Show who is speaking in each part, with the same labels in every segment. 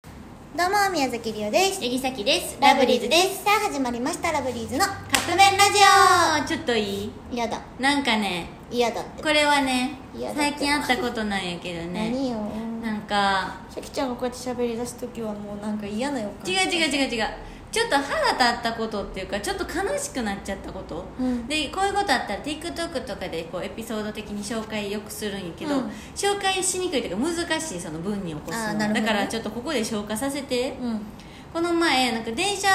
Speaker 1: どうも宮崎りおです
Speaker 2: 柳崎です
Speaker 1: ラブリーズですさあ始まりましたラブリーズの
Speaker 2: カップ麺ラジオちょっといい
Speaker 1: 嫌だ
Speaker 2: なんかね
Speaker 1: 嫌だって
Speaker 2: これはね
Speaker 1: いやだって
Speaker 2: 最近あったことなんやけどね
Speaker 1: 何よ
Speaker 2: なんか
Speaker 1: さきちゃんがこうやって喋り出す時はもうなんか嫌な予感
Speaker 2: 違う違う違う違うちょっと腹立ったことっていうかちょっと悲しくなっちゃったこと、
Speaker 1: うん
Speaker 2: でこういうことあったら TikTok とかでこうエピソード的に紹介よくするんやけど、
Speaker 1: うん
Speaker 2: 紹介しにくいというか難しいその文に起こすの
Speaker 1: あーなるほどね
Speaker 2: だからちょっとここで消化させて、
Speaker 1: うん
Speaker 2: この前なんか電車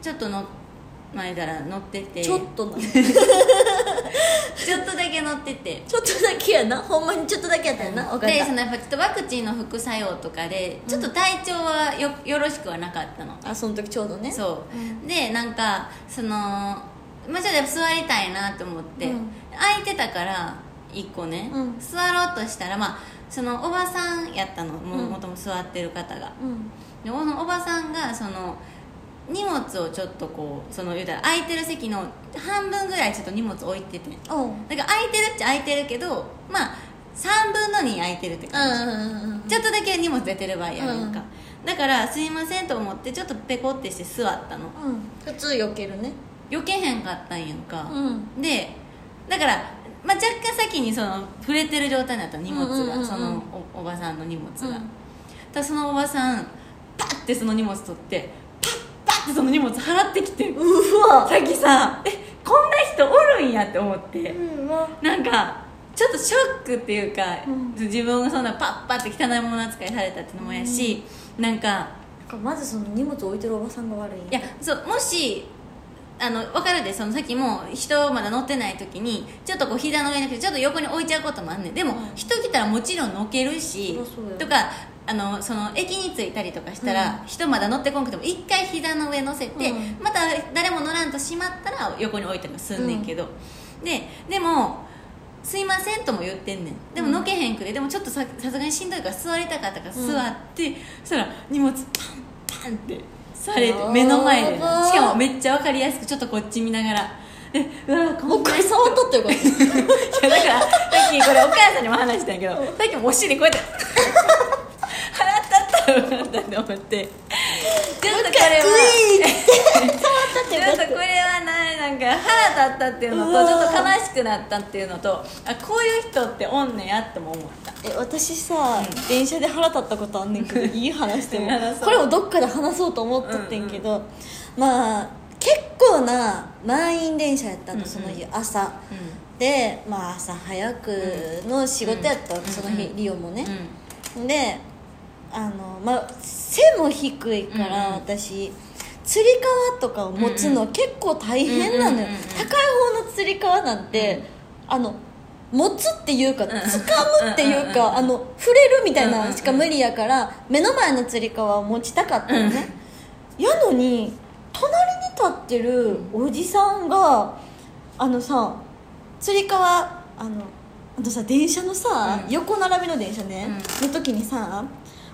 Speaker 2: ちょっと乗っ前から乗ってて
Speaker 1: ちょっとな
Speaker 2: ちょっとだけ乗ってて
Speaker 1: ちょっとだけやなほんまにちょっとだけやったよなわかっ
Speaker 2: で
Speaker 1: た
Speaker 2: そのやっぱちょっとワクチンの副作用とかでちょっと体調はよよろしくはなかったの、
Speaker 1: あその時ちょうどね
Speaker 2: そう、
Speaker 1: う
Speaker 2: でなんかそのまあちょっとやっぱ座りたいなと思って、
Speaker 1: うん
Speaker 2: 空いてたから1個ね、
Speaker 1: うん
Speaker 2: 座ろうとしたらまあそのおばさんやったのも
Speaker 1: うん
Speaker 2: もともと座ってる方が、
Speaker 1: うん
Speaker 2: でこのおばさんがその荷物をちょっとこうその言うたら空いてる席の半分ぐらいちょっと荷物置いてて
Speaker 1: おう
Speaker 2: だから空いてるっちゃ空いてるけどまあ3分の2空いてるって感じ、
Speaker 1: うん
Speaker 2: ちょっとだけ荷物出てる場合やるんか、だからすいませんと思ってちょっとペコってして座ったの
Speaker 1: うん普通避けるね
Speaker 2: 避けへんかったんやんか、
Speaker 1: ん
Speaker 2: でだから、まあ、若干先にその触れてる状態になったの荷物が、
Speaker 1: うんうんうんうん
Speaker 2: そのおおばさんの荷物が、
Speaker 1: うん
Speaker 2: だからそのおばさんパッてその荷物取ってパッパッてその荷物払ってきて
Speaker 1: うわ
Speaker 2: さっきさえこんな人おるんやって思って、
Speaker 1: うんわ
Speaker 2: なんかちょっとショックっていうか、
Speaker 1: うん
Speaker 2: 自分がそんなパッパって汚いもの扱いされたってのもやし、なんか
Speaker 1: なんかまずその荷物置いてるおばさんが悪い
Speaker 2: いやそうもしあの分かるでそのさっきも人まだ乗ってない時にちょっとこう膝の上にちょっと横に置いちゃうこともあんねんでも、
Speaker 1: うん
Speaker 2: 人来たらもちろん乗けるし
Speaker 1: そりゃそうや
Speaker 2: とかあのその駅に着いたりとかしたら、人まだ乗ってこんくても一回膝の上乗せて、
Speaker 1: うん
Speaker 2: また誰も乗らんとしまったら横に置いたりもすんねんけど、ででも「すいません」とも言ってんねんでも
Speaker 1: うん
Speaker 2: 乗けへんくてでもちょっとささすがにしんどいから座りたかったから座って、そしたら荷物パンパンってされて目の前でね
Speaker 1: やばー
Speaker 2: しかもめっちゃ分かりやすくちょっとこっち見ながらえうわこん
Speaker 1: も
Speaker 2: な
Speaker 1: うこれ触っとったよこれ
Speaker 2: いやだからさっきこれお母さんにも話したんやけどさっきもお尻こうやって腹立ったよかったって思ってちょっとこれは
Speaker 1: グイーンって 触ったって
Speaker 2: ち
Speaker 1: よ
Speaker 2: ょ
Speaker 1: か
Speaker 2: っ
Speaker 1: った
Speaker 2: とこれはななんか腹立ったっていうの
Speaker 1: うわ
Speaker 2: とちょっと悲しくなったっていうのとあこういう人っておんねやっても思った
Speaker 1: え私さ、
Speaker 2: うん
Speaker 1: 電車で腹立ったことあんねんけどいい話でも
Speaker 2: 話そう
Speaker 1: これもどっかで話そうと思っとってんけど、まあ結構な満員電車やった
Speaker 2: うんう
Speaker 1: の
Speaker 2: ん
Speaker 1: その日朝、
Speaker 2: う
Speaker 1: で、まあ、朝早くの仕事やったわけ、
Speaker 2: うん
Speaker 1: その日、
Speaker 2: うん
Speaker 1: リオもね、
Speaker 2: ん
Speaker 1: であの、まあ、背も低いから、
Speaker 2: うんうん
Speaker 1: 私つり革とかを持つの結構大変なのよ、
Speaker 2: うんうんうんうん
Speaker 1: 高い方のつり革なんて、あの持つっていうか掴むっていうか、
Speaker 2: うん
Speaker 1: あの触れるみたいなのしか
Speaker 2: うんうん
Speaker 1: 無
Speaker 2: うん
Speaker 1: 理やから目の前のつり革を持ちたかったのね、やのに隣に立ってるおじさんがあのさつり革あのあのさ電車のさ、
Speaker 2: うん
Speaker 1: 横並びの電車ね、の時にさ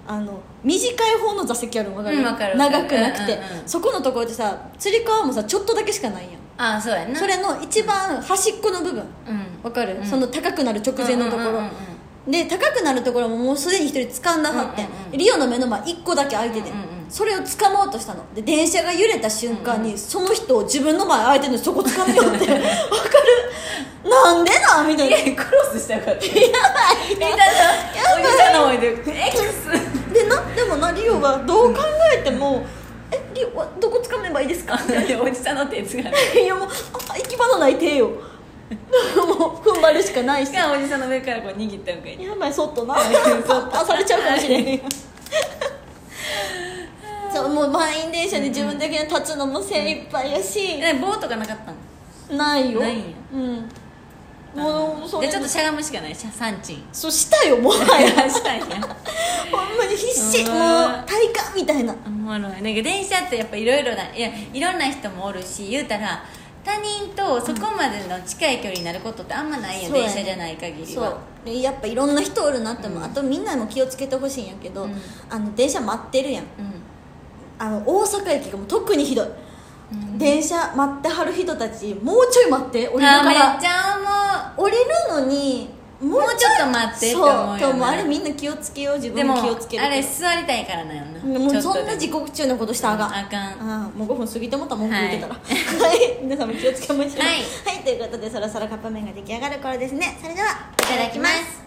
Speaker 1: あの短い方の座席あるの分かる,、
Speaker 2: うんわかる
Speaker 1: 長くなくて、
Speaker 2: うんうんうん
Speaker 1: そこのところってさつり革もさちょっとだけしかないやん
Speaker 2: ああそうやな
Speaker 1: それの一番端っこの部分
Speaker 2: うん
Speaker 1: わかる、
Speaker 2: うん
Speaker 1: その高くなる直前のところ、
Speaker 2: うんうんうんうん
Speaker 1: で高くなるところももうすでに一人掴んだはって、
Speaker 2: うんうんうん
Speaker 1: リオの目の前1個だけ空いてて、
Speaker 2: うんうんうん
Speaker 1: それを掴もうとしたので電車が揺れた瞬間に、
Speaker 2: うん
Speaker 1: その人を自分の前空いてるのにそこ掴みようって わかるなんでなんみたいな
Speaker 2: えクロスしたかったやばいみたいなおじさんの思いでエキス
Speaker 1: でなでもなリオがどう考えても「えリオはどこ掴めばいいですか?」
Speaker 2: おじさんの手つがない
Speaker 1: いやもうあ行き場のない手よ もう踏ん張るしかないし
Speaker 2: しかもおじさんの上からこう握ったんかい
Speaker 1: やばいそっとなあされちゃうかもしれん そうもう満員電車で自分だけで立つのも精一杯やし、
Speaker 2: え棒とかなかったの
Speaker 1: ないよ
Speaker 2: ないんや
Speaker 1: うんもうそれ
Speaker 2: でちょっとしゃがむしかないしゃサンチン
Speaker 1: そうしたよもはや
Speaker 2: したいね
Speaker 1: ほんまに必死
Speaker 2: う
Speaker 1: もう
Speaker 2: わ
Speaker 1: 体感みたいな
Speaker 2: おもろいなんか電車ってやっぱいろいろないやいろんな人もおるし言うたら他人とそこまでの近い距離になることってあんまないやん、
Speaker 1: そうや
Speaker 2: 電
Speaker 1: ね
Speaker 2: 車じゃない限り
Speaker 1: そ
Speaker 2: は
Speaker 1: うでやっぱいろんな人おるなって思う、
Speaker 2: うん
Speaker 1: あとみんなも気をつけてほしいんやけど、
Speaker 2: うん
Speaker 1: あの電車待ってるやん
Speaker 2: う
Speaker 1: あの大阪駅がもう特にひどい、
Speaker 2: ん
Speaker 1: 電車待ってはる人たちもうちょい待って降
Speaker 2: ん
Speaker 1: りな
Speaker 2: あー
Speaker 1: が
Speaker 2: めっ
Speaker 1: ら
Speaker 2: ちゃ思う
Speaker 1: 降りるのに
Speaker 2: もうちょっと待ってって
Speaker 1: そ
Speaker 2: 思うよ、
Speaker 1: う
Speaker 2: ね、
Speaker 1: と思うあれみんな気をつけよう自
Speaker 2: で
Speaker 1: 分
Speaker 2: も
Speaker 1: も気をつける
Speaker 2: あ
Speaker 1: け
Speaker 2: れ座りたいからなよな
Speaker 1: ども
Speaker 2: ちょ
Speaker 1: う
Speaker 2: っと
Speaker 1: そ
Speaker 2: で
Speaker 1: んな時刻中のことしたらあかん
Speaker 2: あかん
Speaker 1: あもう5分過ぎてもった文句言ってたら
Speaker 2: は
Speaker 1: はい、皆さんも気をつけましょう
Speaker 2: はい
Speaker 1: はい、ということでそろそろカップ麺が出来上がる頃ですねそれではい
Speaker 2: ただきます